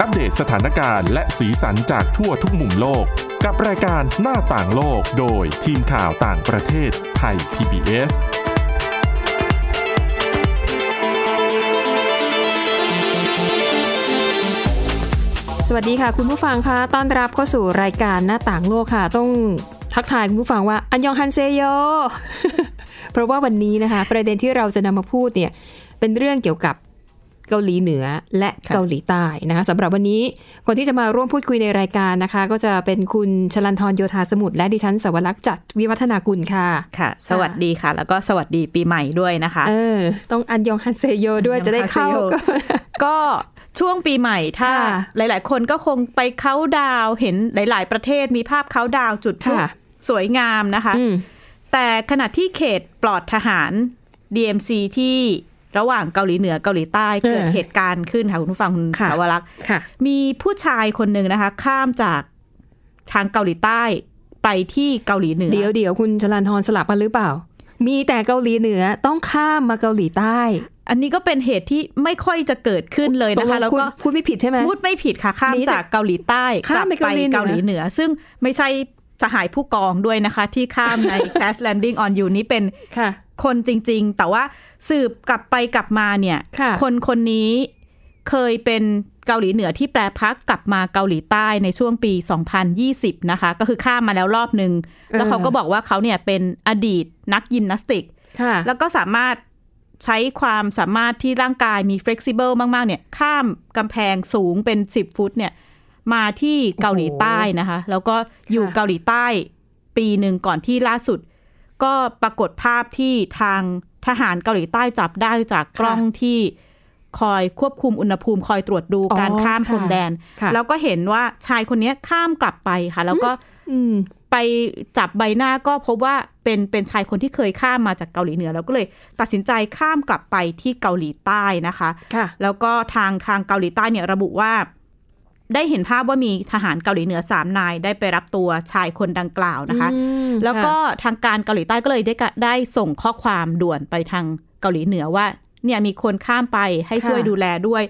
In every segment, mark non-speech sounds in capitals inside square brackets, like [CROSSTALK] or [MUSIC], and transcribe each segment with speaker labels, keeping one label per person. Speaker 1: อัปเดตสถานการณ์และสีสันจากทั่วทุกมุมโลก กับรายการหน้าต่างโลกโดยทีมข่าวต่างประเทศไทย PBS
Speaker 2: สวัสดีค่ะ คุณผู้ฟังค่ะต้อนรับเข้าสู่รายการหน้าต่างโลกค่ะ ต้องทักทายคุณผู้ฟังว่า อันยองฮันเซโย [LAUGHS] เพราะว่าวันนี้นะคะ ประเด็นที่เราจะนำมาพูดเนี่ย เป็นเรื่องเกี่ยวกับเกาหลีเหนือและ
Speaker 3: ค่ะ
Speaker 2: เกาหลีใต้นะคะสำหรับวันนี้คนที่จะมาร่วมพูดคุยในรายการนะคะ ก็จะเป็นคุณชลันทรโยธาสมุทรและดิฉันสวรักษ์จัดวิวัฒนากุลค่ะ
Speaker 3: ค่ะ สวัสดีค่ะ แล้วก็สวัสดีปีใหม่ด้วยนะคะ
Speaker 2: เออ ต้องอันยองฮันเซโยด้วยจะได้เข้า
Speaker 3: อันยองฮันเซโย ก็ช่วงปีใหม่ถ้า
Speaker 2: ค่ะ
Speaker 3: หลาย ๆ คนก็คงไปเคาน์ดาวน์เห็นหลาย ๆ ประเทศมีภาพเคาน์ดาวน์จุดพลุ
Speaker 2: ค่ะ
Speaker 3: สวยงามนะคะ
Speaker 2: อืม
Speaker 3: แต่ขณะที่เขตปลอดทหาร DMC ที่ระหว่างเกาหลีเหนือเกาหลีใต้เกิดเหตุการณ์ขึ้นค่ะคุณผู้ฟังคุณสาวรักษ์
Speaker 2: ค่ะ
Speaker 3: มีผู้ชายคนหนึ่งนะคะ ข้ามจากทางเกาหลีใต้ไปที่เกาหลีเหนือ
Speaker 2: เดี๋ยวเดี๋ยวคุณชลันทรสลับกันหรือเปล่า มีแต่เกาหลีเหนือต้องข้ามมาเกาหลีใต้
Speaker 3: อันนี้ก็เป็นเหตุที่ไม่ค่อยจะเกิดขึ้นเลยนะคะ
Speaker 2: ต
Speaker 3: แล้ว
Speaker 2: ณ
Speaker 3: ก็
Speaker 2: พูดไม่ผิดใช่ไหม
Speaker 3: พูดไม่ผิดค่ะ ข้าม
Speaker 2: หนีจาก
Speaker 3: จากเกาหลีใต้กลั
Speaker 2: ข้าม
Speaker 3: บ
Speaker 2: ไป
Speaker 3: ไป
Speaker 2: เกา
Speaker 3: เกา
Speaker 2: ห
Speaker 3: ห
Speaker 2: ลี
Speaker 3: ลี
Speaker 2: เห
Speaker 3: เห
Speaker 2: นื
Speaker 3: นื
Speaker 2: อ
Speaker 3: อ ซึ่งไม่ใช่สหายผู้กองด้วยนะคะ ที่ข้ามใน
Speaker 2: [LAUGHS]
Speaker 3: Crash Landing on You นี้เป็น
Speaker 2: ค่ะ
Speaker 3: คนจริง ๆ แต่ว่าสืบกลับไปกลับมาเนี่ย
Speaker 2: ค่ะ
Speaker 3: คนคนนี้เคยเป็นเกาหลีเหนือที่แปรพักกลับมาเกาหลีใต้ในช่วงปี 2020 นะคะ ก็คือข้ามมาแล้วรอบหนึ่งแล้วเขาก็บอกว่าเขาเนี่ยเป็นอดีตนักยิมนาสติก
Speaker 2: ค่ะ
Speaker 3: แล้วก็สามารถใช้ความสามารถที่ร่างกายมี flexible มาก ๆ เนี่ย ข้ามกำแพงสูงเป็น 10 ฟุตเนี่ย มาที่เกาหลีใต้นะคะ แล้วก็อยู่
Speaker 2: ค่ะ
Speaker 3: เกาหลีใต้ปีหนึ่งก่อนที่ล่าสุด ก็ปรากฏภาพที่ทางทหารเกาหลีใต้จับได้จากกล้องที่คอยควบคุมอุณหภูมิ คอยตรวจดูการข้ามพรมแดน
Speaker 2: ค่ะ
Speaker 3: แล้วก็เห็นว่าชายคนเนี้ยข้ามกลับไปค่ะ แล้วก็
Speaker 2: อืม
Speaker 3: ไปจับใบหน้าก็พบว่าเป็นเป็นชายคนที่เคยข้ามมาจากเกาหลีเหนือ แล้วก็เลยตัดสินใจข้ามกลับไปที่เกาหลีใต้นะคะ
Speaker 2: ค่ะ
Speaker 3: แล้วก็ทางทางเกาหลีใต้เนี่ยระบุว่า ได้เห็นภาพว่ามีทหารเกาหลีเหนือสามนายได้ไปรับตัวชายคนดังกล่าวนะคะ
Speaker 2: อืม
Speaker 3: แล้วก็ทางการเกาหลีใต้ก็เลยได้กะได้ส่งข้อความด่วนไปทางเกาหลีเหนือว่า เนี่ยมีคนข้ามไปให้ช่วย
Speaker 2: ค่ะ
Speaker 3: ดูแลด้วย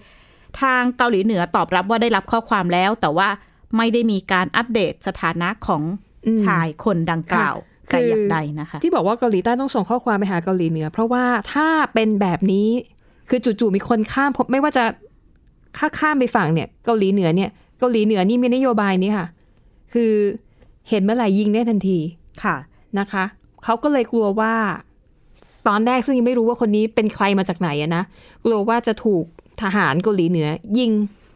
Speaker 3: ทางเกาหลีเหนือตอบรับว่าได้รับข้อความแล้ว แต่ว่าไม่ได้มีการอัปเดตสถานะของ
Speaker 2: อืม
Speaker 3: ชายคนดังกล่าว
Speaker 2: ค่ะ
Speaker 3: แต่
Speaker 2: คือ
Speaker 3: อ
Speaker 2: อ
Speaker 3: ย่างใดนะคะ
Speaker 2: ที่บอกว่าเกาหลีใต้ต้องส่งข้อความไปหาเกาหลีเหนือ เพราะว่าถ้าเป็นแบบนี้ คือจู่ๆมีคนข้ามไม่ว่าจะข้าข้ามไปฝั่งเนี่ย เกาหลีเหนือเนี่ย เกาหลีเหนือนี่มีนโยบายนี้ค่ะ คือเห็นเมื่อไหร่ยิงได้ทันที
Speaker 3: ค่ะ
Speaker 2: นะคะ เขาก็เลยกลัวว่า ตอนแรกซึ่งยังไม่รู้ว่าคนนี้เป็นใครมาจากไหนอะนะ กลัวว่าจะถูกทหารเกาหลีเหนือยิง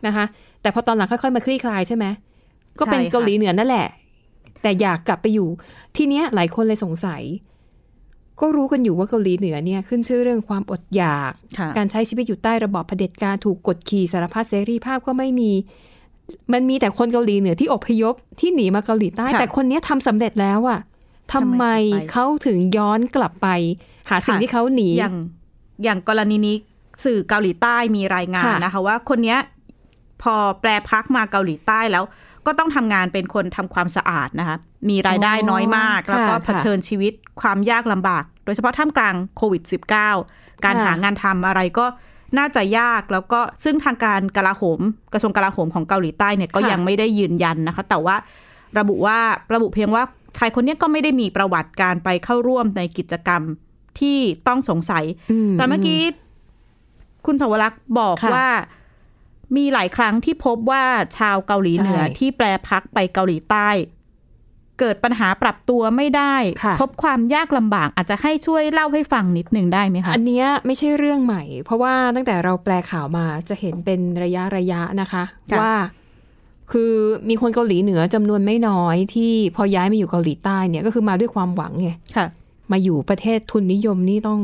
Speaker 2: นะคะ แต่พอตอนหลังค่อยๆมาคลี่คลายใช่ไหม ก็เป็น
Speaker 3: ใช่ค่ะ
Speaker 2: เกาหลีเหนือนั่นแหละ แต่อยากกลับไปอยู่ ทีเนี้ยหลายคนเลยสงสัย ก็รู้กันอยู่ว่าเกาหลีเหนือเนี่ยขึ้นชื่อเรื่องความอดอยาก
Speaker 3: ค่ะ
Speaker 2: การใช้ชีวิตอยู่ใต้ระบอบเผด็จการถูกกดขี่สารพัดเสรีภาพก็ไม่มี มันมีแต่คนเกาหลีเหนือที่อพยพที่หนีมาเกาหลีใต้
Speaker 3: ค่ะ
Speaker 2: แต่คนเนี้ยทำสำเร็จแล้วอะทำ
Speaker 3: ทำ
Speaker 2: ไม
Speaker 3: ไม
Speaker 2: เขาถึงย้อนกลับไป หาสิ่ง
Speaker 3: ค่ะ
Speaker 2: ที่เขาหนี
Speaker 3: อย่างอย่างกรณีนี้สื่อเกาหลีใต้มีรายงาน
Speaker 2: ค่ะ
Speaker 3: นะคะ ว่าคนเนี้ยพอแปลพักมาเกาหลีใต้แล้ว ก็ต้องทำงานเป็นคนทำความสะอาดนะคะ มีรายได้น้อยมาก แล้วก็เผชิญชีวิตความยากลำบาก โดยเฉพาะท่ามกลางโควิด -19 การหางานทำอะไรก็น่าจะยากแล้วก็ซึ่งทางการกลาโหม กระทรวงกลาโหมของเกาหลีใต้เนี่ยก็
Speaker 2: ค่ะ
Speaker 3: ยังไม่ได้ยืนยันนะคะ แต่ว่า ระบุว่าระบุเพียงว่าชายคนเนี้ยก็ไม่ได้มีประวัติการไปเข้าร่วมในกิจกรรมที่ต้องสงสัย แต่เมื่อกี้คุณสวรักษ์บอก
Speaker 2: ค่ะ
Speaker 3: ว่ามีหลายครั้งที่พบว่าชาวเกาหลีเหนือ
Speaker 2: ใช่
Speaker 3: ที่แปรพักไปเกาหลีใต้ เกิดปัญหาปรับตัวไม่ได้
Speaker 2: ค่ะ
Speaker 3: พบความยากลำบากอาจจะให้ช่วยเล่าให้ฟังนิดหนึ่งได้ไหมคะ
Speaker 2: อันเนี้ยไม่ใช่เรื่องใหม่ เพราะว่าตั้งแต่เราแปลข่าวมาจะเห็นเป็นระยะระยะนะคะ
Speaker 3: ค่ะ
Speaker 2: ว่า คือมีคนเกาหลีเหนือจำนวนไม่น้อยที่พอย้ายมาอยู่เกาหลีใต้เนี่ยก็คือมาด้วยความหวังไง
Speaker 3: ค่ะ
Speaker 2: มาอยู่ประเทศทุนนิยมนี่ต้อง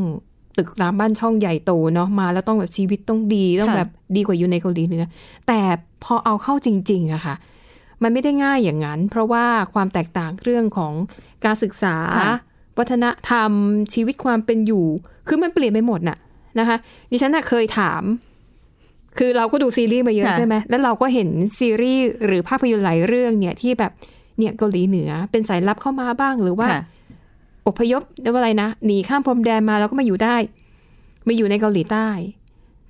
Speaker 2: ตึกรามบ้านช่องใหญ่โตเนาะมาแล้วต้องแบบชีวิตต้องดีต้อง
Speaker 3: ค่ะ
Speaker 2: แบบดีกว่าอยู่ในเกาหลีเหนือแต่พอเอาเข้าจริงๆอะค่ะ มันไม่ได้ง่ายอย่างนั้น เพราะว่าความแตกต่างเรื่องของการศึกษา
Speaker 3: ค่ะ
Speaker 2: วัฒนธรรม ชีวิตความเป็นอยู่ คือมันเปลี่ยนไปหมดน่ะนะคะดิฉันน่ะเคยถาม คือเราก็ดูซีรีส์มาเยอะ
Speaker 3: ค่ะ
Speaker 2: ใช่ไหมแล้วเราก็เห็นซีรีส์หรือภาพยนตร์หลายเรื่องเนี่ยที่แบบเนี่ยเกาหลีเหนือ เป็นสายลับเข้ามาบ้างหรือว่า
Speaker 3: ค่ะ
Speaker 2: อพยพเรียกว่าอะไรนะหนีข้ามพรมแดนมาแล้วก็มาอยู่ได้มาอยู่ในเกาหลีใต้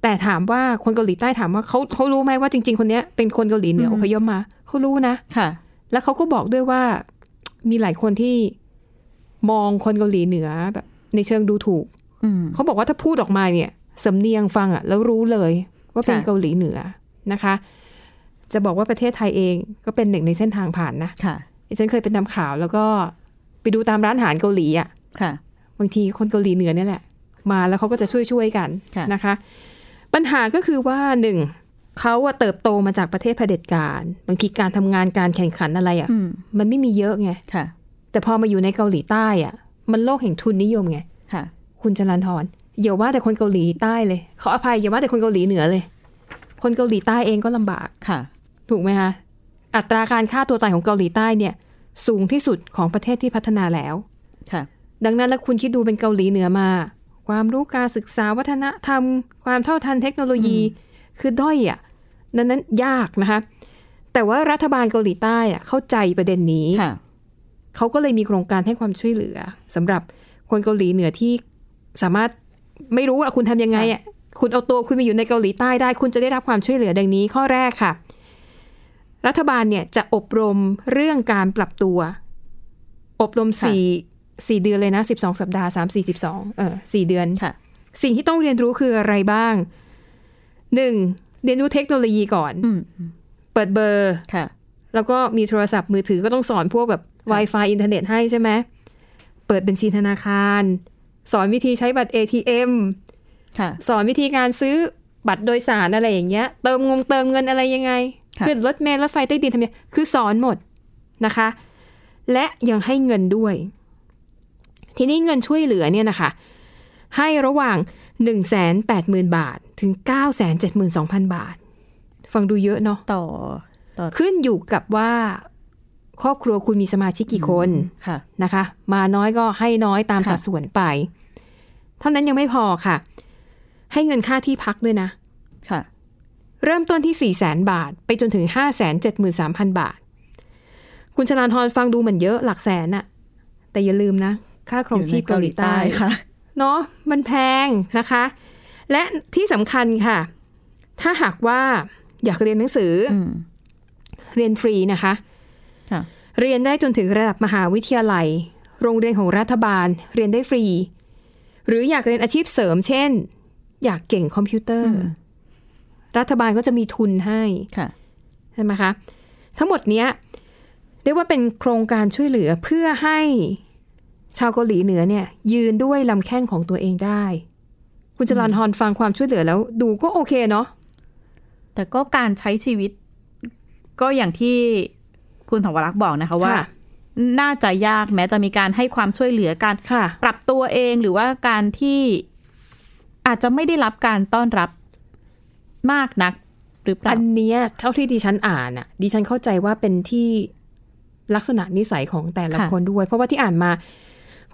Speaker 2: แต่ถามว่าคนเกาหลีใต้ถามว่าเขาเขารู้ไหมว่าจริง ๆ คนเนี้ยเป็นคนเกาหลีเหนืออ
Speaker 3: ม
Speaker 2: พยพมาเขารู้นะ
Speaker 3: ค่ะ
Speaker 2: แล้วเขาก็บอกด้วยว่ามีหลายคนที่มองคนเกาหลีเหนือแบบในเชิงดูถูก
Speaker 3: อืม
Speaker 2: เขาบอกว่าถ้าพูดออกมาเนี่ยสำเนียงฟังอะแล้วรู้เลยว่าเป็น
Speaker 3: ค่ะ
Speaker 2: เกาหลีเหนือนะคะ จะบอกว่าประเทศไทยเองก็เป็นหนึ่งในเส้นทางผ่านนะ
Speaker 3: ค่ะ
Speaker 2: ดิฉันเคยเป็นนำข่าวแล้วก็ไปดูตามร้านอาหารเกาหลีอะ
Speaker 3: ค่ะ
Speaker 2: บางทีคนเกาหลีเหนือเนี่ยแหละ มาแล้วเขาก็จะช่วยช่วยๆกัน
Speaker 3: ค่ะ
Speaker 2: นะคะ ปัญหาก็คือว่าหนึ่งเขาอะเติบโตมาจากประเทศเผด็จการบางทีการทำงานการแข่งขันอะไรอะ่ะ
Speaker 3: อืม
Speaker 2: มันไม่มีเยอะไง
Speaker 3: ค่ะ
Speaker 2: แต่พอมาอยู่ในเกาหลีใต้อะ่ะ มันโลกแห่งทุนนิยมไง
Speaker 3: ค่ะ
Speaker 2: คุณจรันทรอย่าว่าแต่คนเกาหลีใต้เลยขออภัยอย่าว่าแต่คนเกาหลีเหนือเลย คนเกาหลีใต้เองก็ลำบาก
Speaker 3: ค่ะ
Speaker 2: ถูกไหมคะอัตราการฆ่าตัวตายของเกาหลีใต้เนี่ย สูงที่สุดของประเทศที่พัฒนาแล้ว
Speaker 3: ค่ะ
Speaker 2: ดังนั้นแล้วคุณคิดดูเป็นเกาหลีเหนือมา ความรู้การศึกษาวัฒนธรรม ความเท่าทันเทคโนโลยีคือด้อยอ่ะดังนั้นยากนะคะ แต่ว่ารัฐบาลเกาหลีใต้อ่ะเข้าใจประเด็นนี้
Speaker 3: ค่ะ
Speaker 2: เขาก็เลยมีโครงการให้ความช่วยเหลือสำหรับคนเกาหลีเหนือที่สามารถไม่รู้ว่าคุณทำยังไงอ่ะคุณเอาตัวคุณไปอยู่ในเกาหลีใต้ได้ คุณจะได้รับความช่วยเหลือดังนี้ข้อแรกค่ะ รัฐบาลเนี่ยจะอบรมเรื่องการปรับตัว อบรม
Speaker 3: ค่ะ
Speaker 2: สี่สี่เดือนเลยนะสิบสองสัปดาห์สามสี่สิบสองเออสี่เดือน
Speaker 3: ค่ะ
Speaker 2: สิ่งที่ต้องเรียนรู้คืออะไรบ้างหนึ่งเรียนรู้เทคโนโลยีก่อน
Speaker 3: อืม
Speaker 2: เปิดเบอร์
Speaker 3: ค่ะ
Speaker 2: แล้วก็มีโทรศัพท์มือถือก็ต้องสอนพวกแบบ Wi-Fi อินเทอร์เน็ตให้ใช่ไหม เปิดบัญชีธนาคาร สอนวิธีใช้บัตร ATM
Speaker 3: ค่ะ
Speaker 2: สอนวิธีการซื้อบัตรโดยสารอะไรอย่างเงี้ย เติมงงเติมเงินอะไรยังไง
Speaker 3: ค่ะ
Speaker 2: ขึ้นรถเมล์รถไฟใต้ดินทำยังไงคือสอนหมดนะคะ และยังให้เงินด้วย ทีนี้เงินช่วยเหลือเนี่ยนะคะ ให้ระหว่าง 1 8 0 0 0 0 บาท ถึง 9 7 2 0 0 0 บาท ฟังดูเยอะเนาะ
Speaker 3: ต่อ ต่อ
Speaker 2: ขึ้นอยู่กับว่าครอบครัวคุณมีสมาชิกกี่คน
Speaker 3: ค่ะ
Speaker 2: นะคะ มาน้อยก็ให้น้อยตาม
Speaker 3: ค่ะ
Speaker 2: สัดส่วนไป เท่านั้นยังไม่พอค่ะ ให้เงินค่าที่พักด้วยนะ
Speaker 3: ค่ะ
Speaker 2: เริ่มต้นที่ 4 0 0 0 0 0 บาท ไปจนถึง 5 7 3 0 0 0 บาท คุณชนานทรฟังดูเหมือนเยอะหลักแสนอะแต่อย่าลืมนะ ค่าครองชีพเกาหลีใต้
Speaker 3: ค่ะ
Speaker 2: เนาะมันแพงนะคะ และที่สำคัญค่ะ ถ้าหากว่าอยากเรียนหนังสืออ
Speaker 3: อืม
Speaker 2: เรียนฟรีนะคะ
Speaker 3: ค่ะ
Speaker 2: เรียนได้จนถึงระดับมหาวิทยาลัย โรงเรียนของรัฐบาล เรียนได้ฟรี หรืออยากเรียนอาชีพเสริม เช่น อยากเก่งคอมพิวเตอร์
Speaker 3: อืม
Speaker 2: รัฐบาลก็จะมีทุนให้
Speaker 3: ค่ะ
Speaker 2: ใช่ไหมคะ ทั้งหมดเนี้ยเรียกว่าเป็นโครงการช่วยเหลือเพื่อให้ชาวเกาหลีเหนือเนี่ยยืนด้วยลำแข้งของตัวเองได้ คุณจรันฮอนฟังความช่วยเหลือแล้วดูก็โอเคเนาะ
Speaker 3: แต่ก็การใช้ชีวิต ก็อย่างที่คุณถาวรักษ์บอกนะคะว่า
Speaker 2: ค่ะ
Speaker 3: น่าจะยากแม้จะมีการให้ความช่วยเหลือการ
Speaker 2: ค่ะ
Speaker 3: ปรับตัวเองหรือว่าการที่อาจจะไม่ได้รับการต้อนรับมากนัก หรือเปล่า
Speaker 2: อันเนี้ยเท่าที่ดิฉันอ่านอ่ะดิฉันเข้าใจว่าเป็นที่ลักษณะนิสัยของแต่ละคนด้วย เพราะว่าที่อ่านมา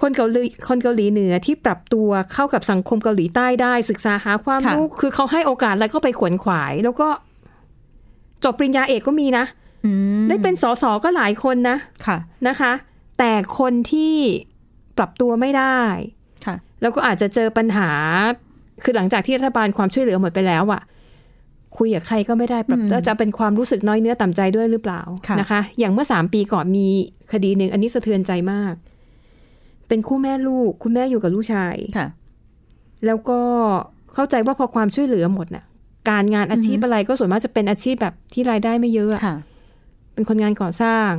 Speaker 2: คนเกาหลีคนเกาหลีเหนือที่ปรับตัวเข้ากับสังคมเกาหลีใต้ได้ ศึกษาหาความรู้คือเขาให้โอกาสแล้วก็ไปขวนขวาย แล้วก็จบปริญญาเอกก็มีนะ
Speaker 3: อืม
Speaker 2: ได้เป็นสสก็หลายคนนะ
Speaker 3: ค่ะ
Speaker 2: นะคะ แต่คนที่ปรับตัวไม่ได้
Speaker 3: ค่ะ
Speaker 2: แล้วก็อาจจะเจอปัญหา คือหลังจากที่รัฐบาลความช่วยเหลือหมดไปแล้วอะคุยกับใครก็ไม่ได้ปรับ
Speaker 3: อืม
Speaker 2: แล้วจะเป็นความรู้สึกน้อยเนื้อต่ำใจด้วยหรือเปล่า
Speaker 3: ค่ะ
Speaker 2: นะคะ อย่างเมื่อสามปีก่อนมีคดีหนึ่งอันนี้สะเทือนใจมาก เป็นคู่แม่ลูก คุณแม่อยู่กับลูกชาย
Speaker 3: ค่ะ
Speaker 2: แล้วก็เข้าใจว่าพอความช่วยเหลือหมดน่ะ การงานอาชีพอะไรก็ส่วนมากจะเป็นอาชีพแบบที่รายได้ไม่เยอะอะ
Speaker 3: ค่ะ
Speaker 2: เป็นคนงานก่อสร้าง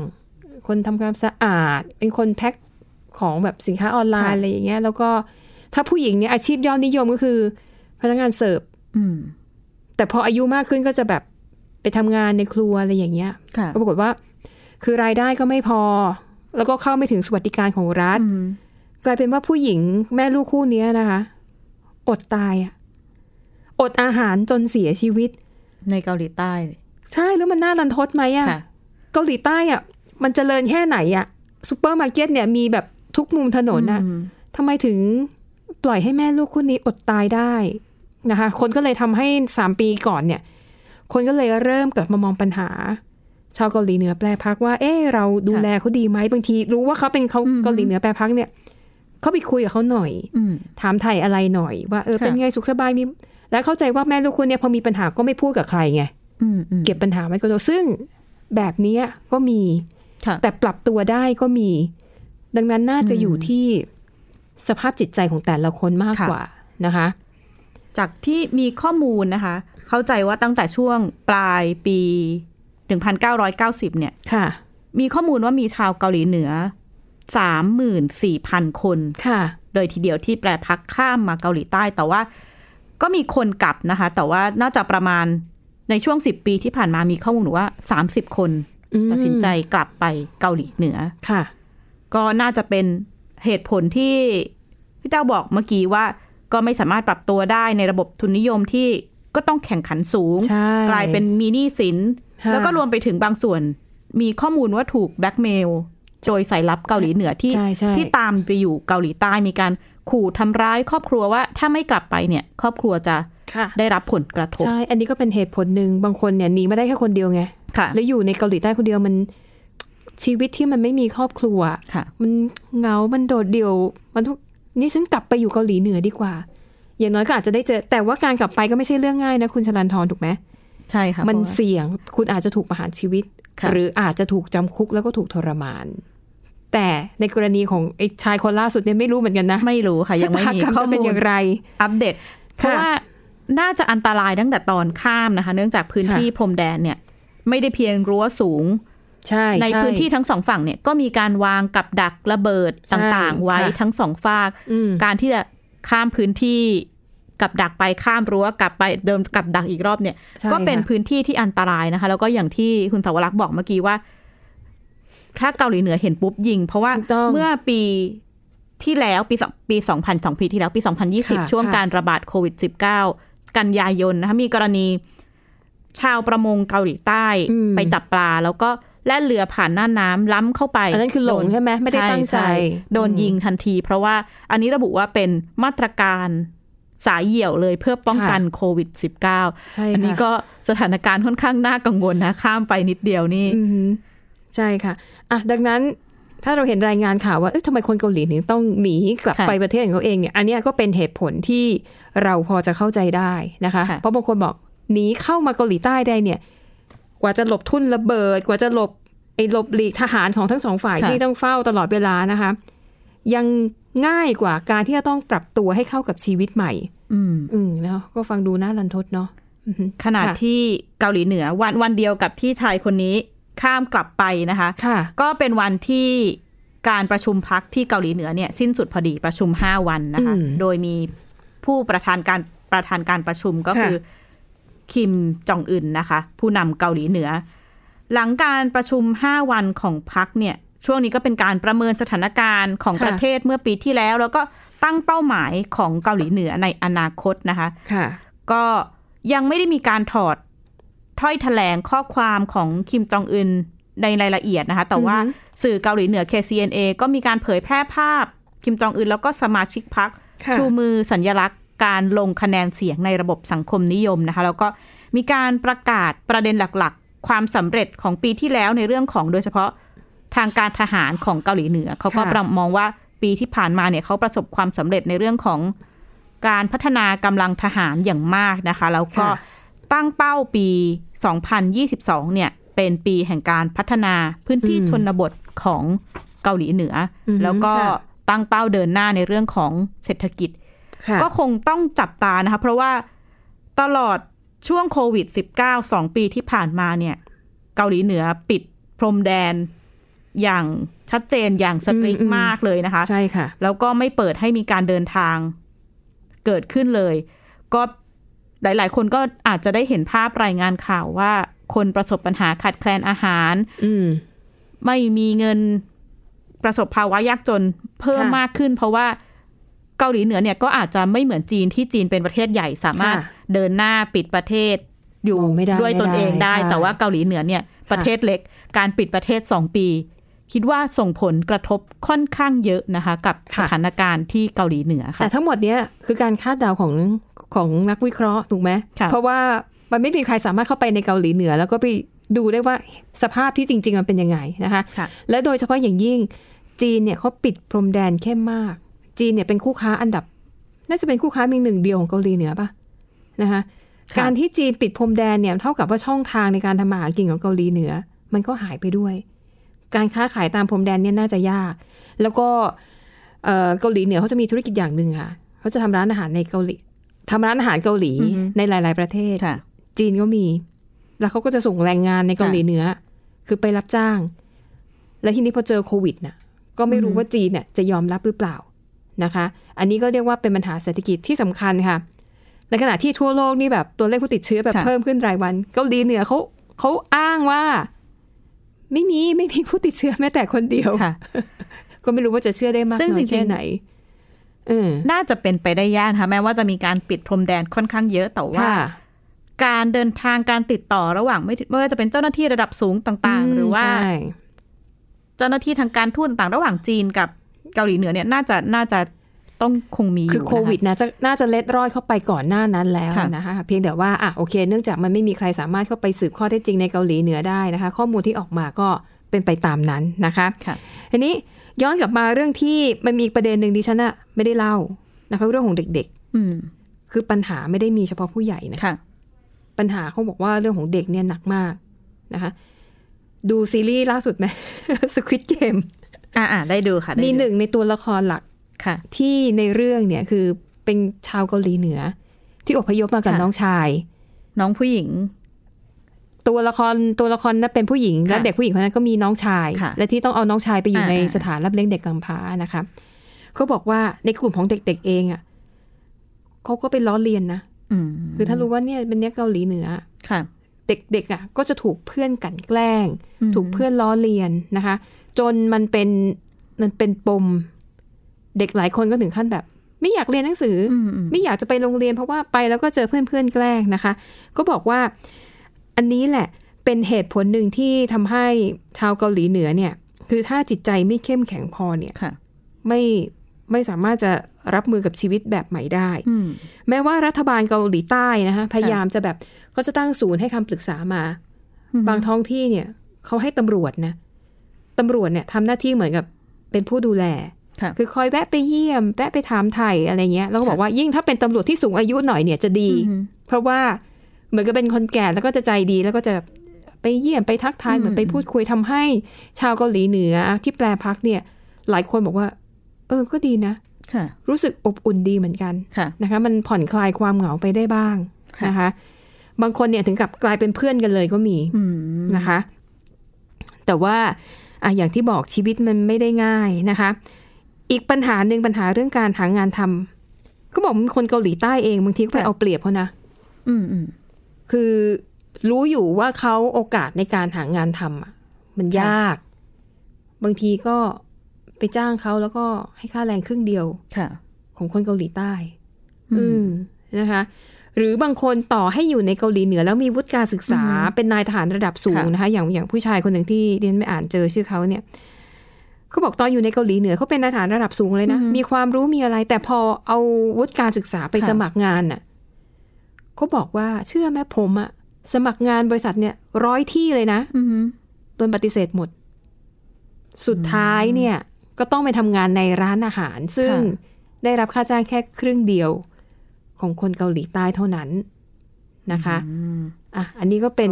Speaker 2: คนทำความสะอาด เป็นคนแพ็คของแบบสินค้าออนไลน์
Speaker 3: ค่ะ
Speaker 2: อะไรอย่างเงี้ย แล้วก็ถ้าผู้หญิงเนี่ยอาชีพยอดนิยมก็คือ พนักงานเสิร์ฟ
Speaker 3: อืม
Speaker 2: แต่พออายุมากขึ้นก็จะแบบไปทำงานในครัวอะไรอย่างเงี้ย
Speaker 3: ค่ะ
Speaker 2: ก็ปรากฏว่า คือรายได้ก็ไม่พอ แล้วก็เข้าไม่ถึงสวัสดิการของรัฐ
Speaker 3: อืม
Speaker 2: กลายเป็นว่าผู้หญิงแม่ลูกคู่เนี้ยนะคะ อดตายอะอดอาหารจนเสียชีวิต
Speaker 3: ในเกาหลีใต้
Speaker 2: ใช่แล้วมันน่ารันทดไหมอะ
Speaker 3: ค่ะ
Speaker 2: เกาหลีใต้อ่ะมันเจริญแค่ไหนอ่ะซูเปอร์มาร์เก็ตเนี่ยมีแบบทุกมุมถนนอ่ะ
Speaker 3: อืม
Speaker 2: ทำไมถึงปล่อยให้แม่ลูกคู่นี้อดตายได้นะคะ คนก็เลยทำให้สามปีก่อนเนี่ย คนก็เลยเริ่มกลับมามองปัญหา ชาวเกาหลีเหนือแปลพักว่า เอ๊ะเราดูแลเขาดีไหมบางที รู้ว่าเขาเป็นเขาเกาหลีเหนือแปลพักเนี่ยเขาไปคุยกับเขาหน่อย
Speaker 3: อืม
Speaker 2: ถามไทยอะไรหน่อย ว่าเออ
Speaker 3: ค่ะ
Speaker 2: เป็นไงสุขสบายมี และเข้าใจว่าแม่ลูกคู่เนี่ยพอมีปัญหาก็ไม่พูดกับใครไง
Speaker 3: อืมอืม
Speaker 2: เก็บปัญหาไว้กับตัวซึ่งแบบเนี้ยก็มี
Speaker 3: ค่ะ
Speaker 2: แต่ปรับตัวได้ก็มี ดังนั้นน่าจะ
Speaker 3: อืม
Speaker 2: อยู่ที่สภาพจิตใจของแต่ละคนมาก
Speaker 3: ค่ะ
Speaker 2: กว่านะคะ
Speaker 3: จากที่มีข้อมูลนะคะ เข้าใจว่าตั้งแต่ช่วงปลายปี 1990 เนี่ย
Speaker 2: ค่ะ
Speaker 3: มีข้อมูลว่ามีชาวเกาหลีเหนือ 34,000 คน
Speaker 2: ค่ะ
Speaker 3: เลยทีเดียวที่แปรพักข้ามมาเกาหลีใต้ แต่ว่าก็มีคนกลับนะคะ แต่ว่าน่าจะประมาณในช่วง 10 ปีที่ผ่านมามีข้อมูลว่า 30 คน
Speaker 2: อืม
Speaker 3: ตัดสินใจกลับไปเกาหลีเหนือ
Speaker 2: ค่ะ
Speaker 3: ก็น่าจะเป็นเหตุผลที่พี่เต้าบอกเมื่อกี้ว่า ก็ไม่สามารถปรับตัวได้ในระบบทุนนิยมที่ก็ต้องแข่งขันสูง
Speaker 2: ใช่
Speaker 3: กลายเป็นมีหนี้สิน
Speaker 2: ค่ะ
Speaker 3: แล้วก็รวมไปถึงบางส่วน มีข้อมูลว่าถูกแบล็กเมลโดยสายลับเกาหลีเหนือที่
Speaker 2: ใช่ใช่
Speaker 3: ที่ตามไปอยู่เกาหลีใต้มีการขู่ทำร้ายครอบครัวว่าถ้าไม่กลับไปเนี่ย ครอบครัวจะ
Speaker 2: ค่ะ
Speaker 3: ได้รับผลกระทบ
Speaker 2: ใช่ อันนี้ก็เป็นเหตุผลหนึ่ง บางคนเนี่ยหนีมาได้แค่คนเดียวไง
Speaker 3: ค่ะ
Speaker 2: แล้วอยู่ในเกาหลีใต้คนเดียวมันชีวิตที่มันไม่มีครอบครัว
Speaker 3: ค่ะ
Speaker 2: มันเหงา มันโดดเดี่ยว มันทุก นี่ฉันกลับไปอยู่เกาหลีเหนือดีกว่า อย่างน้อยก็อาจจะได้เจอ แต่ว่าการกลับไปก็ไม่ใช่เรื่องง่ายนะคุณชลันทรถูกไหม
Speaker 3: ใช่ค่ะ
Speaker 2: มัน
Speaker 3: เพราะว่า
Speaker 2: เสี่ยง คุณอาจจะถูกประหารชีวิต
Speaker 3: ค่ะ
Speaker 2: หรืออาจจะถูกจำคุกแล้วก็ถูกทรมาน แต่ในกรณีของไอ้ชายคนล่าสุดเนี่ยไม่รู้เหมือนกันนะ
Speaker 3: ไม่รู้ค่ะ ยังไม่
Speaker 2: ชะ
Speaker 3: มี
Speaker 2: ตากรร
Speaker 3: ข้อ
Speaker 2: จะเป็นอ
Speaker 3: มูล
Speaker 2: ย่างไร
Speaker 3: อัปเดตเพ
Speaker 2: ค่ะ
Speaker 3: ราะว่าน่าจะอันตรายตั้งแต่ตอนข้ามนะคะ เนื่องจากพื้น
Speaker 2: ค่ะ
Speaker 3: ที่พรมแดนเนี่ย ไม่ได้เพียงรั้วสูง
Speaker 2: ใช่
Speaker 3: ใน
Speaker 2: ช่
Speaker 3: พื้นที่ทั้งสองฝั่งเนี่ยก็มีการวางกับดักระเบิด
Speaker 2: ใช่
Speaker 3: ต่างๆ ไว้
Speaker 2: ค่ะ
Speaker 3: ทั้งสองฝาก
Speaker 2: อืม
Speaker 3: การที่จะข้ามพื้นที่กับดักไปข้ามรั้วกลับไปเดิมกับดักอีกรอบเนี่ย
Speaker 2: ใช่
Speaker 3: ก็เป็น
Speaker 2: ค่ะ
Speaker 3: พื้นที่ที่อันตรายนะคะ แล้วก็อย่างที่คุณสาวรักษ์บอกเมื่อกี้ว่า ถ้าเกาหลีเหนือเห็นปุ๊บยิง เพราะว่า
Speaker 2: ถูกต้อง
Speaker 3: เมื่อปีที่แล้วปีสองปีสองพันสองปีที่แล้วปีสองพันยี่สิบ
Speaker 2: ค่ะ
Speaker 3: ช่วง
Speaker 2: ค่ะ
Speaker 3: การระบาดโควิดสิบเก้ากันยายนนะคะมีกรณีชาวประมงเกาหลีใต้ไปจับปลา แล้วก็แล่นเรือผ่านหน้าน้ำล้ำเข้าไป
Speaker 2: อันนั้นคือหลง
Speaker 3: โด
Speaker 2: ใช่ไหมไม่ได้ตั้งใจ
Speaker 3: ช่โดนยิงทันที เพราะว่าอันนี้ระบุว่าเป็นมาตรการสายเหี่ยวเลยเพื่อป้องกันโควิด -19
Speaker 2: ใช่
Speaker 3: อันนี้
Speaker 2: ค่ะ
Speaker 3: ก็สถานการณ์ค่อนข้างน่ากังวลนะ ข้ามไปนิดเดียวนี่
Speaker 2: อือหือใช่ค่ะอ่ะ ดังนั้นถ้าเราเห็นรายงานข่าวว่าเอ๊ะทำไมคนเกาหลีถึงต้องหนีกลับ
Speaker 3: ค่ะ
Speaker 2: ไปประเทศของเขาเองเนี่ยอันเนี้ยก็เป็นเหตุผลที่เราพอจะเข้าใจได้นะคะ
Speaker 3: ค่ะ
Speaker 2: เพราะบางคนบอกหนีเข้ามาเกาหลีใต้ได้เนี่ย กว่าจะหลบทุ่นระเบิด กว่าจะหลบไอ้หลบหลีกทหารของทั้งสองฝ่ายที่ต้องเฝ้าตลอดเวลานะคะ ยังง่ายกว่าการที่จะต้องปรับตัวให้เข้ากับชีวิตใหม่
Speaker 3: อืม
Speaker 2: อืมเนาะก็ฟังดูน่ารันทดเนาะอือหือ
Speaker 3: ขนาด
Speaker 2: ค่ะ
Speaker 3: ที่เกาหลีเหนือวันวันเดียวกับที่ชายคนนี้ข้ามกลับไปนะคะ
Speaker 2: ค่ะ
Speaker 3: ก็เป็นวันที่การประชุมพักที่เกาหลีเหนือเนี่ยสิ้นสุดพอดีประชุม 5 วันนะคะ
Speaker 2: อืม
Speaker 3: โดยมีผู้ประธานการประธานการประชุมก็
Speaker 2: ค่ะ
Speaker 3: คือคิมจองอึนนะคะ ผู้นำเกาหลีเหนือ หลังการประชุม 5 วันของพักเนี่ย ช่วงนี้ก็เป็นการประเมินสถานการณ์ของประเทศเมื่อปีที่แล้ว แล้วก็ตั้งเป้าหมายของเกาหลีเหนือในอนาคตนะคะ
Speaker 2: ค่ะ
Speaker 3: ก็ยังไม่ได้มีการถอดถ้อยแถลงข้อความของคิมจองอึนในรายละเอียดนะคะ แต่ว่า
Speaker 2: อือฮึ
Speaker 3: สื่อเกาหลีเหนือ KCNA ก็มีการเผยแพร่ภาพ คิมจองอึนแล้วก็สมาชิกพรรค
Speaker 2: ค่ะ
Speaker 3: ชูมือสัญลักษณ์การลงคะแนนเสียงในระบบสังคมนิยมนะคะ แล้วก็มีการประกาศประเด็นหลักๆ ความสำเร็จของปีที่แล้วในเรื่องของโดยเฉพาะทางการทหารของเกาหลีเหนือเขาก็
Speaker 2: ค่ะ
Speaker 3: ประมองว่าปีที่ผ่านมาเนี่ยเขาประสบความสำเร็จในเรื่องของ การพัฒนากำลังทหารอย่างมากนะคะ แล้วก็
Speaker 2: ค่ะ
Speaker 3: ตั้งเป้าปี 2022 เนี่ย เป็นปีแห่งการพัฒนาพื้นที่
Speaker 2: อืม
Speaker 3: ชนบทของเกาหลีเหนืออ
Speaker 2: อฮึ
Speaker 3: แล้วก็
Speaker 2: ค่ะ
Speaker 3: ตั้งเป้าเดินหน้าในเรื่องของเศรษฐกิจ
Speaker 2: ค่ะ
Speaker 3: ก็คงต้องจับตานะคะ เพราะว่าตลอดช่วงโควิด -19 สองปีที่ผ่านมาเนี่ย เกาหลีเหนือปิดพรมแดนอย่างชัดเจนอย่างสตรีท
Speaker 2: อืมอืม
Speaker 3: มากเลยนะคะ
Speaker 2: ใช่ค่ะ
Speaker 3: แล้วก็ไม่เปิดให้มีการเดินทางเกิดขึ้นเลย ก็หลาย ๆ คนก็อาจจะได้เห็นภาพรายงานข่าวว่า คนประสบปัญหาขาดแคลนอาหาร
Speaker 2: อืม
Speaker 3: ไม่มีเงินประสบภาวะยากจนเพิ่ม
Speaker 2: ค่ะ
Speaker 3: มากขึ้น เพราะว่าเกาหลีเหนือเนี่ยก็อาจจะไม่เหมือนจีนที่จีนเป็นประเทศใหญ่สามารถเดินหน้าปิดประเทศอยู่
Speaker 2: โอ้ไม่ได้
Speaker 3: ด้วยตนเองได้
Speaker 2: ไม่ได้
Speaker 3: แต่ว่าเกาหลีเหนือเนี่ยประเทศเล็กการปิดประเทศสองปี คิดว่าส่งผลกระทบค่อนข้างเยอะนะคะ กับ
Speaker 2: ค่ะ
Speaker 3: สถานการณ์ที่เกาหลีเหนือ
Speaker 2: แต่
Speaker 3: ค่ะ
Speaker 2: ทั้งหมดเนี้ยคือการคาดเดาของของนักวิเคราะห์ถูกไหม
Speaker 3: ค่ะ
Speaker 2: เพราะว่ามันไม่มีใครสามารถเข้าไปในเกาหลีเหนือ แล้วก็ไปดูได้ว่าสภาพที่จริง ๆ มันเป็นยังไงนะคะ
Speaker 3: ค่ะ
Speaker 2: และโดยเฉพาะอย่างยิ่งจีนเนี่ยเขาปิดพรมแดนเข้มมาก จีนเนี่ยเป็นคู่ค้าอันดับ น่าจะเป็นคู่ค้ามีหนึ่งเดียวของเกาหลีเหนือปะ นะคะ
Speaker 3: ค่ะ
Speaker 2: การที่จีนปิดพรมแดนเนี่ยเท่ากับว่าช่องทางในการทำมาหากินของเกาหลีเหนือ มันก็หายไปด้วย การค้าขายตามพรมแดนเนี่ยน่าจะยาก แล้วก็เอ่อเกาหลีเหนือเขาจะมีธุรกิจอย่างหนึ่งค่ะเขาจะทำร้านอาหารในเกาหลีทำร้านอาหารเกาหลี
Speaker 3: อือฮึ
Speaker 2: ในหลาย ๆ ประเทศ
Speaker 3: ค่ะ
Speaker 2: จีนก็มี แล้วเขาก็จะส่งแรงงานในเกาหลีเหนือ คือไปรับจ้าง และทีนี้พอเจอโควิดน่ะ ก็ไม่รู้ว่าจีนเนี่ยจะยอมรับหรือเปล่านะคะ อันนี้ก็เรียกว่าเป็นปัญหาเศรษฐกิจที่สำคัญค่ะ ในขณะที่ทั่วโลกนี่แบบตัวเลขผู้ติดเชื้อแบบ
Speaker 3: ค่ะ
Speaker 2: เพิ่มขึ้นรายวัน เกาหลีเหนือเขาเขาอ้างว่า ไม่มีไม่มีผู้ติดเชื้อแม้แต่คนเดียว
Speaker 3: ค่ะ
Speaker 2: ก็ไม่รู้ว่าจะเชื่อได้มาก
Speaker 3: ซึ่ง
Speaker 2: น้อย
Speaker 3: จริ
Speaker 2: แค่
Speaker 3: งๆ
Speaker 2: ไหนเออ
Speaker 3: น่าจะเป็นไปได้ยากนะคะแม้ว่าจะมีการปิดพรมแดนค่อนข้างเยอะแต่ว่า
Speaker 2: ค่ะ
Speaker 3: การเดินทางการติดต่อระหว่างไม่ไม่ว่าจะเป็นเจ้าหน้าที่ระดับสูงต่างๆ หรือว่า
Speaker 2: ใช่
Speaker 3: เจ้าหน้าที่ทางการทูตต่างๆระหว่างจีนกับเกาหลีเหนือเนี่ยน่าจะน่าจะต้องคงมีอยู่
Speaker 2: คือ
Speaker 3: นะะ
Speaker 2: โควิดนะจะน่าจะเล็ดรอดเข้าไปก่อนหน้านั้นแล้ว
Speaker 3: ค่ะ
Speaker 2: นะคะ เพียงแต่ว่าอ่ะโอเค เนื่องจากมันไม่มีใครสามารถเข้าไปสืบข้อเท็จจริงในเกาหลีเหนือได้นะคะ ข้อมูลที่ออกมาก็เป็นไปตามนั้นนะคะ
Speaker 3: ค่ะ
Speaker 2: ทีนี้ย้อนกลับมาเรื่องที่มันมีอีกประเด็นหนึ่งดิฉันอะไม่ได้เล่านะคะเรื่องของเด็ก
Speaker 3: อืม
Speaker 2: ๆ คือปัญหาไม่ได้มีเฉพาะผู้ใหญ่นะ
Speaker 3: ค่ะ
Speaker 2: ปัญหาเขาบอกว่าเรื่องของเด็กเนี่ยหนักมากนะคะ ดูซีรีส์ล่าสุดไหม [LAUGHS] สควิตเกม
Speaker 3: อ่าอ่าได้ดูค่ะได้ดู
Speaker 2: มีหนึ่งในตัวละครหลัก
Speaker 3: ค่ะ
Speaker 2: ที่ในเรื่องเนี่ยคือเป็นชาวเกาหลีเหนือ ที่อพยพมากับ
Speaker 3: ค่ะ
Speaker 2: น้องชาย
Speaker 3: น้องผู้หญิง
Speaker 2: ตัวละครตัวละครนั้นเป็นผู้หญิง และ
Speaker 3: ค่ะ
Speaker 2: เด็กผู้หญิงคนนั้นก็มีน้องชาย
Speaker 3: ค่ะ
Speaker 2: และที่ต้องเอาน้องชายไปอยู่
Speaker 3: อ่า
Speaker 2: ใน
Speaker 3: อ่า
Speaker 2: สถานรับเลี้ยงเด็กกำพร้านะคะเขาบอกว่าในกลุ่มของเด็ก ๆ เองอ่ะเขาก็เป็นล้อเลียนนะ
Speaker 3: อืม
Speaker 2: คือถ้ารู้ว่าเนี่ยเป็นเนี้ยเกาหลีเหนือ
Speaker 3: ค่ะ
Speaker 2: เด็กๆอ่ะก็จะถูกเพื่อนกลันแกล้ง
Speaker 3: อืม
Speaker 2: ถูกเพื่อนล้อเลียนนะคะ จนมันเป็นมันเป็นปม เด็กหลายคนก็ถึงขั้นแบบ ไม่อยากเรียนหนังสืออ
Speaker 3: อืมอืม
Speaker 2: ไม่อยากจะไปโรงเรียนเพราะว่าไปแล้วก็เจอเพื่อนเพื่อนๆแกล้งนะคะ ก็บอกว่าอันนี้แหละเป็นเหตุผลหนึ่งที่ทำให้ชาวเกาหลีเหนือเนี่ย คือถ้าจิตใจไม่เข้มแข็งพอเนี่ย
Speaker 3: ค่ะ
Speaker 2: ไม่ไม่สามารถจะรับมือกับชีวิตแบบใหม่ได้
Speaker 3: อืม
Speaker 2: แม้ว่ารัฐบาลเกาหลีใต้นะคะพยายามจะแบบก็จะตั้งศูนย์ให้คำปรึกษามา
Speaker 3: อืม
Speaker 2: บางท้องที่เนี่ยเขาให้ตำรวจนะตำรวจเนี่ยทำหน้าที่เหมือนกับเป็นผู้ดูแล
Speaker 3: ค่ะ
Speaker 2: คือคอยแวะไปเยี่ยมแวะไปถามไทยอะไรเงี้ยแล้วก็บอกว่ายิ่งถ้าเป็นตำรวจที่สูงอายุหน่อยเนี่ยจะดี
Speaker 3: อืม
Speaker 2: เพราะว่าเหมือนกับเป็นคนแก่แล้วก็จะใจดี แล้วก็จะไปเยี่ยมไปทักทาย
Speaker 3: อืม
Speaker 2: เหมือนไปพูดคุยทำให้ ชาวเกาหลีเหนือที่แปลพักเนี่ย หลายคนบอกว่า เออก็ดีนะ
Speaker 3: ค่ะ
Speaker 2: รู้สึกอบอุ่นดีเหมือนกัน
Speaker 3: ค่ะ
Speaker 2: นะคะ มันผ่อนคลายความเหงาไปได้บ้าง
Speaker 3: ค่ะ
Speaker 2: นะคะ บางคนเนี่ยถึงกับกลายเป็นเพื่อนกันเลยก็มี
Speaker 3: อืม
Speaker 2: นะคะ แต่ว่าอ่ะอย่างที่บอกชีวิตมันไม่ได้ง่ายนะคะ อีกปัญหาหนึ่งปัญหาเรื่องการหางานทำก็บอกมันคนเกาหลีใต้เองบางทีก็ไป
Speaker 3: ค่ะ
Speaker 2: เอาเปรียบเขานะ
Speaker 3: อืมอืม
Speaker 2: คือรู้อยู่ว่าเขาโอกาสในการหางานทำอะมันยาก บางทีก็ไปจ้างเขาแล้วก็ให้ค่าแรงครึ่งเดียว
Speaker 3: ค่ะ
Speaker 2: ของคนเกาหลีใต้
Speaker 3: อื
Speaker 2: อื
Speaker 3: ม
Speaker 2: มนะคะ หรือบางคนต่อให้อยู่ในเกาหลีเหนือ แล้วมีวุฒิการศึกษา เป็นนายทหารระดับสูง
Speaker 3: ค่ะ
Speaker 2: นะคะ อย่างอย่างผู้ชายคนหนึ่งที่เรียนไม่อ่านเจอชื่อเขาเนี่ยเขาบอกตอนอยู่ในเกาหลีเหนือเขาเป็นนายทหารระดับสูงเลยนะมีความรู้มีอะไร แต่พอเอาวุฒิการศึกษาไปสมัครงานน่ะเขาบอกว่าเชื่อไหมผมอะสมัครงานบริษัทเนี่ยร้อยที่เลยนะ
Speaker 3: อืม
Speaker 2: โดนปฏิเสธหมด สุดท้ายเนี่ยก็ต้องไปทำงานในร้านอาหาร ซึ่ง
Speaker 3: ค่ะ
Speaker 2: ได้รับค่าจ้างแค่ครึ่งเดียวของคนเกาหลีใต้เท่านั้นนะคะ
Speaker 3: อืม
Speaker 2: อ่ะอันนี้ก็เป็น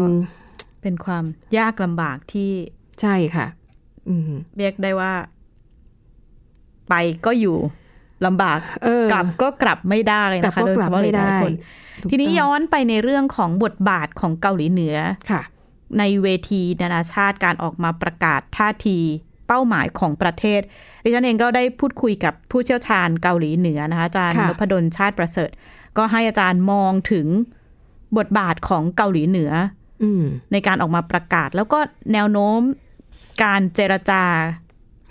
Speaker 3: เป็นความยากลำบากที่
Speaker 2: ใช่ค่ะ อืม
Speaker 3: เรียกได้ว่า ไปก็อยู่ลำบาก
Speaker 2: เออก
Speaker 3: ลับก็กลับไม่ได้
Speaker 2: กลับ
Speaker 3: นะคะ
Speaker 2: ก็
Speaker 3: โดย
Speaker 2: ก
Speaker 3: เฉ
Speaker 2: ลับ
Speaker 3: พาะห
Speaker 2: ไม่
Speaker 3: ลาย
Speaker 2: ได้
Speaker 3: ๆคน
Speaker 2: ถูก
Speaker 3: ทีนี้
Speaker 2: ต้ง
Speaker 3: ย้อนไปในเรื่องของบทบาทของเกาหลีเหนือ
Speaker 2: ค่ะ
Speaker 3: ในเวทีนานาชาติการออกมาประกาศท่าทีเป้าหมายของประเทศดิฉันเองก็ได้พูดคุยกับผู้เชี่ยวชาญเกาหลีเหนือนะคะอาจารย์
Speaker 2: ค่ะ
Speaker 3: นพดลชาติประเสริฐ ก็ให้อาจารย์มองถึงบทบาทของเกาหลีเหนือ
Speaker 2: อืม
Speaker 3: ในการออกมาประกาศ แล้วก็แนวโน้มการเจรจา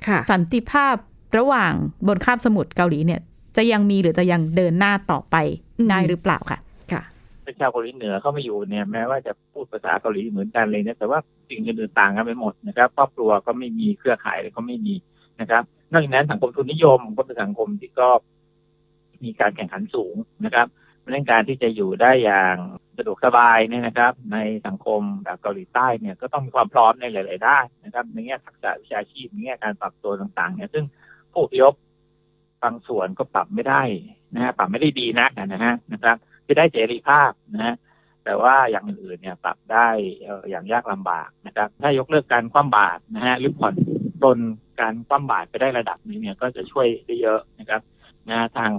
Speaker 2: ค่ะ
Speaker 3: สันติภาพระหว่างบนคาบสมุทรเกาหลีเนี่ย จะยังมีหรือจะยังเดินหน้าต่อไปได้หรือเปล่าค่ะ
Speaker 2: ค่ะ
Speaker 4: เป็นชาวเกาหลีเหนือเข้ามาอยู่เนี่ยแม้ว่าจะพูดภาษาเกาหลีเหมือนกันเลยนะแต่ว่าสิ่งอื่นๆต่างกันไปหมดนะครับครอบครัวก็ไม่มีเครือข่ายอะไรก็ไม่มีนะครับ นอกจากนั้นสังคมทุนนิยมก็เป็นสังคมที่ก็มีการแข่งขันสูงนะครับเพราะฉะนั้นการที่จะอยู่ได้อย่างสะดวกสบายเนี่ยนะครับ ในสังคมแบบเกาหลีใต้เนี่ยก็ต้องมีความพร้อมในหลายๆด้านนะครับในแง่ทักษะวิชาชีพในแง่การปรับตัวต่างๆ เนี่ยซึ่งผู้อพยพบางส่วนก็ปรับไม่ได้นะฮะปรับไม่ได้ดีนักนะฮะนะครับ คือได้เสรีภาพนะฮะแต่ว่าอย่างอื่นๆเนี่ยปรับได้เอ่ออย่างยากลำบากนะครับ ถ้ายกเลิกการคว่ำบาตรนะฮะหรือผ่อนปลนการคว่ำบาตรไปได้ระดับหนึงเนี่ยก็จะช่วยได้เยอะนะครับนะทาง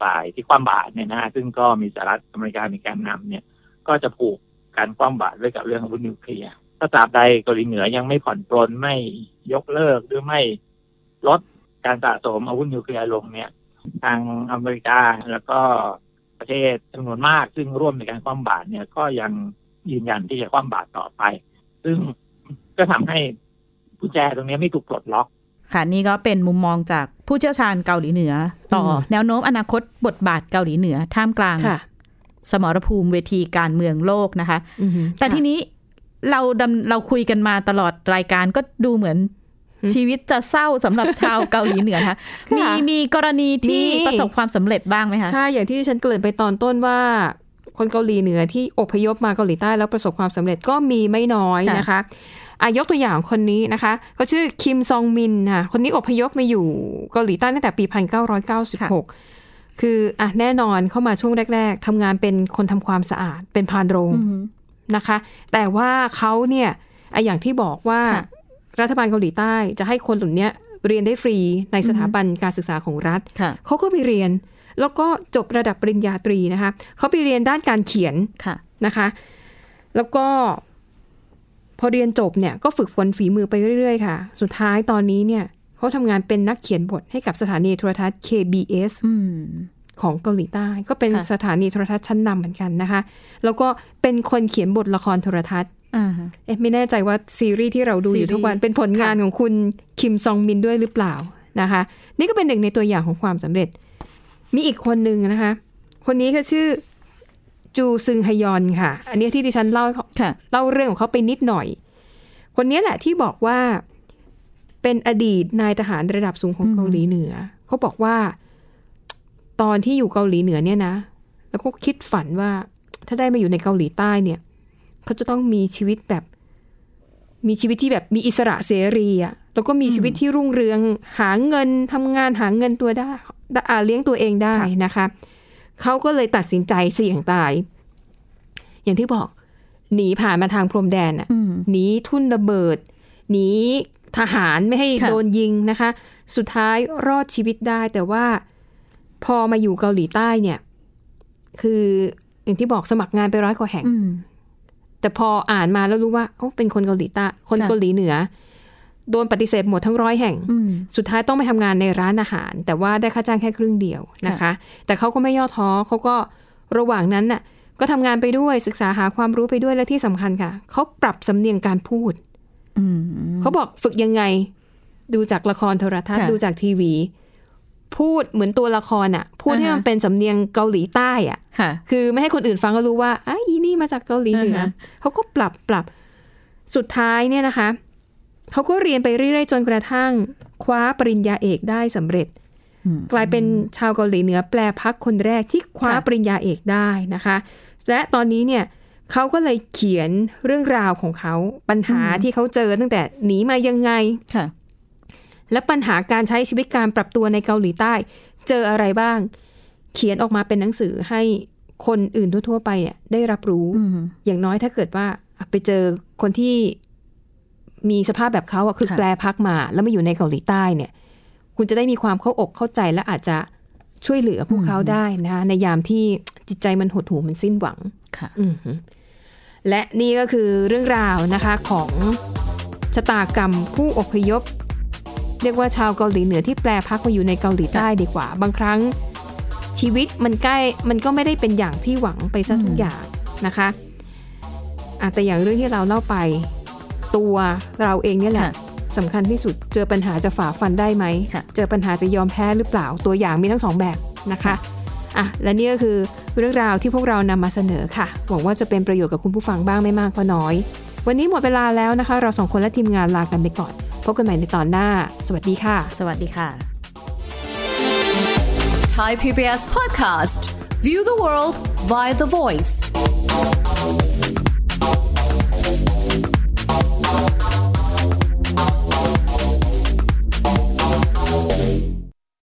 Speaker 4: ฝ่ายที่คว่ำบาตรเนี่ยนะฮะซึ่งก็มีสหรัฐอเมริกามีแการนำเนี่ยก็จะผูกการคว่ำบาตรไว้กับเรื่องอาวุธนิวเคลียร์ ถ้าตราบใดเกาหลีเหนือยังไม่ผ่อนปลนไม่ยกเลิกหรือไม่ลดการสะสมอาวุธนิวเคลียร์ลงเนี่ย ทางอเมริกาแล้วก็ประเทศจำนวนมาก ซึ่งร่วมในการคว่ำบาตรเนี่ยก็ยังยืนยันที่จะคว่ำบาตรต่อไป ซึ่งก็ทำให้กุญแจตรงนี้ไม่ถูกปลดล็อก
Speaker 3: ค่ะนี่ก็เป็นมุมมองจากผู้เชี่ยวชาญเกาหลีเหนือ ต่ออ
Speaker 2: ม
Speaker 3: แนวโน้มอนาคตบทบาทเกาหลีเหนือ ท่ามกลาง
Speaker 2: ค่ะ
Speaker 3: สมรภูมิเวทีการเมืองโลกนะคะ
Speaker 2: อือหือ
Speaker 3: แต่
Speaker 2: ค่ะ
Speaker 3: ทีนี้เราดำเราคุยกันมาตลอดรายการก็ดูเหมือน
Speaker 2: หืม
Speaker 3: ชีวิตจะเศร้าสำหรับชาวเกาหลีเหนือนะคะ
Speaker 2: ค่ะ
Speaker 3: มีมีกรณีที่
Speaker 2: มี
Speaker 3: ประสบความสำเร็จบ้างไหมคะ
Speaker 2: ใช่ อย่างที่ฉันเกริ่นไปตอนต้นว่า คนเกาหลีเหนือที่อพยพมาเกาหลีใต้แล้วประสบความสำเร็จก็มีไม่น้อย
Speaker 3: ค่ะ
Speaker 2: นะคะอายกตัวอย่างคนนี้นะคะเขาชื่อคิมซองมินค่ะคนนี้อพยพมาอยู่เกาหลีใต้ตั้งแต่ปี
Speaker 3: ค่ะ
Speaker 2: 1996 คืออ่ะแน่นอนเข้ามาช่วงแรก ๆทำงานเป็นคนทำความสะอาดเป็นพานโรง
Speaker 3: อือหือ
Speaker 2: นะคะ แต่ว่าเขาเนี่ยอ่ะอย่างที่บอกว่า
Speaker 3: ค่ะ
Speaker 2: รัฐบาลเกาหลีใต้จะให้คนเหล่าเนี้ยเรียนได้ฟรีในสถาบันการศึกษาของรัฐ
Speaker 3: ค่ะ
Speaker 2: เขาก็ไปเรียน แล้วก็จบระดับปริญญาตรีนะคะ เขาไปเรียนด้านการเขียน
Speaker 3: ค่ะ
Speaker 2: นะคะ แล้วก็พอเรียนจบเนี่ยก็ฝึกฝนฝีมือไปเรื่อยๆค่ะ สุดท้ายตอนนี้เนี่ยเขาทำงานเป็นนักเขียนบทให้กับสถานีโทรทัศน์ KBS
Speaker 3: อืม
Speaker 2: ของเกาหลีใต้ ก็เป็น
Speaker 3: ค่ะ
Speaker 2: สถานีโทรทัศน์ชั้นนำเหมือนกันนะคะ แล้วก็เป็นคนเขียนบทละครโทรทัศน์
Speaker 3: อ่าฮะ
Speaker 2: เอ๊ะไม่แน่ใจว่าซีรีส์ที่เราดูอ
Speaker 3: ซีรี
Speaker 2: ยู่
Speaker 3: ส์
Speaker 2: ทุกวันเป็นผลงานของคุณคิมซองมินด้วยหรือเปล่านะคะ นี่ก็เป็นหนึ่งในตัวอย่างของความสำเร็จ มีอีกคนหนึ่งนะคะ คนนี้ก็ชื่อจูซึงฮยอนค่ะ อันนี้ที่ดิฉันเล่า
Speaker 3: ค่ะ
Speaker 2: เล่าเรื่องของเขาไปนิดหน่อย คนนี้แหละที่บอกว่าเป็นอดีตนายทหารระดับสูงของเกาหลีเหนือเขาบอกว่าตอนที่อยู่เกาหลีเหนือเนี่ยนะ แล้วก็คิดฝันว่าถ้าได้มาอยู่ในเกาหลีใต้เนี่ย เขาจะต้องมีชีวิตแบบ มีชีวิตที่แบบมีอิสระเสรีอะแล้วก็มีชีวิตที่รุ่งเรือง หาเงินทำงานหาเงินตัวได้อ่าเลี้ยงตัวเองได้
Speaker 3: ค่ะ
Speaker 2: นะคะเขาก็เลยตัดสินใจเสี่ยงตาย อย่างที่บอก หนีผ่านมาทางพรมแดนอะ
Speaker 3: อืม
Speaker 2: หนีทุ่นระเบิดหนีทหารไม่ให้
Speaker 3: ค่ะ
Speaker 2: โดนยิงนะคะ สุดท้ายรอดชีวิตได้ แต่ว่าพอมาอยู่เกาหลีใต้เนี่ย คืออย่างที่บอกสมัครงานไปร้อยกว่าแห่ง
Speaker 3: อืม
Speaker 2: แต่พออ่านมาแล้วรู้ว่าโอ้เป็นคนเกาหลีใต้คน
Speaker 3: ค่ะ
Speaker 2: เกาหลีเหนือ โดนปฏิเสธหมดทั้งร้อยแห่ง
Speaker 3: อืม
Speaker 2: สุดท้ายต้องไปทำงานในร้านอาหาร แต่ว่าได้ค่าจ้างแค่ครึ่งเดียวนะคะ แต่เขาก็ไม่ย่อท้อเขาก็ระหว่างนั้นน่ะก็ทำงานไปด้วยศึกษาหาความรู้ไปด้วยและที่สำคัญค่ะเขาปรับสำเนียงการพูด
Speaker 3: อืม
Speaker 2: เขาบอกฝึกยังไงดูจากละครโทรทัศน์
Speaker 3: ค่ะ
Speaker 2: ดูจากทีวี พูดเหมือนตัวละครอ่ะ พูดให้
Speaker 3: อ่าฮะ
Speaker 2: มันเป็นสำเนียงเกาหลีใต้อ่ะ
Speaker 3: ค่ะ
Speaker 2: คือไม่ให้คนอื่นฟังก็รู้ว่าอ่ะอีนี่มาจากเกาหลีเหนือ
Speaker 3: อ่าฮะ
Speaker 2: เขาก็ปรับปรับสุดท้ายเนี่ยนะคะเขาก็เรียนไปเรื่อยๆจนกระทั่งคว้าปริญญาเอกได้สำเร็จ
Speaker 3: อืม
Speaker 2: กลายเป็นชาวเกาหลีเหนือแปลพักคนแรกที่คว้า
Speaker 3: ค่ะ
Speaker 2: ปริญญาเอกได้นะคะ และตอนนี้เนี่ยเขาก็เลยเขียนเรื่องราวของเขาปัญหาที่เขาเจอตั้งแต่หนีมายังไง
Speaker 3: ค่ะ
Speaker 2: และปัญหาการใช้ชีวิตการปรับตัวในเกาหลีใต้ เจออะไรบ้าง เขียนออกมาเป็นหนังสือให้คนอื่นทั่วๆไปเนี่ยได้รับรู้
Speaker 3: อืม
Speaker 2: อย่างน้อยถ้าเกิดว่าอ่ะไปเจอคนที่มีสภาพแบบเขาอะคือ
Speaker 3: ค่ะ
Speaker 2: แปลพักมา แล้วมาอยู่ในเกาหลีใต้เนี่ย คุณจะได้มีความเข้าอกเข้าใจและอาจจะช่วยเหลือพวกเขาได้นะคะในยามที่จิตใจมันหดหู่มันสิ้นหวัง
Speaker 3: ค่ะ
Speaker 2: อือหือและนี่ก็คือเรื่องราวนะคะของชะตากรรมผู้อพยพ เรียกว่าชาวเกาหลีเหนือที่แปลพักมาอยู่ในเกาหลีใต้ดีกว่า บางครั้งชีวิตมันใกล้มันก็ไม่ได้เป็นอย่างที่หวังไปซะทุก
Speaker 3: อืม
Speaker 2: อย่างนะคะอ่ะแต่อย่างเรื่องที่เราเล่าไป ตัวเราเองเนี่ยแห
Speaker 3: ค่ะ
Speaker 2: ละสำคัญที่สุดเจอปัญหาจะฝ่าฟันได้ไหม
Speaker 3: ค่ะ
Speaker 2: เจอปัญหาจะยอมแพ้หรือเปล่าตัวอย่างมีทั้งสองแบบนะคะอ่ะและนี่ก็คือเรื่องราวที่พวกเรานำมาเสนอค่ะ หวังว่าจะเป็นประโยชน์กับคุณผู้ฟังบ้างไม่มากก็น้อย วันนี้หมดเวลาแล้วนะคะ เราสองคนและทีมงานลากันไปก่อน พบกันใหม่ในตอนหน้า สวัสดีค่ะ
Speaker 3: สวัสดีค่ะ
Speaker 5: Thai PBS podcast. View the world via the voice.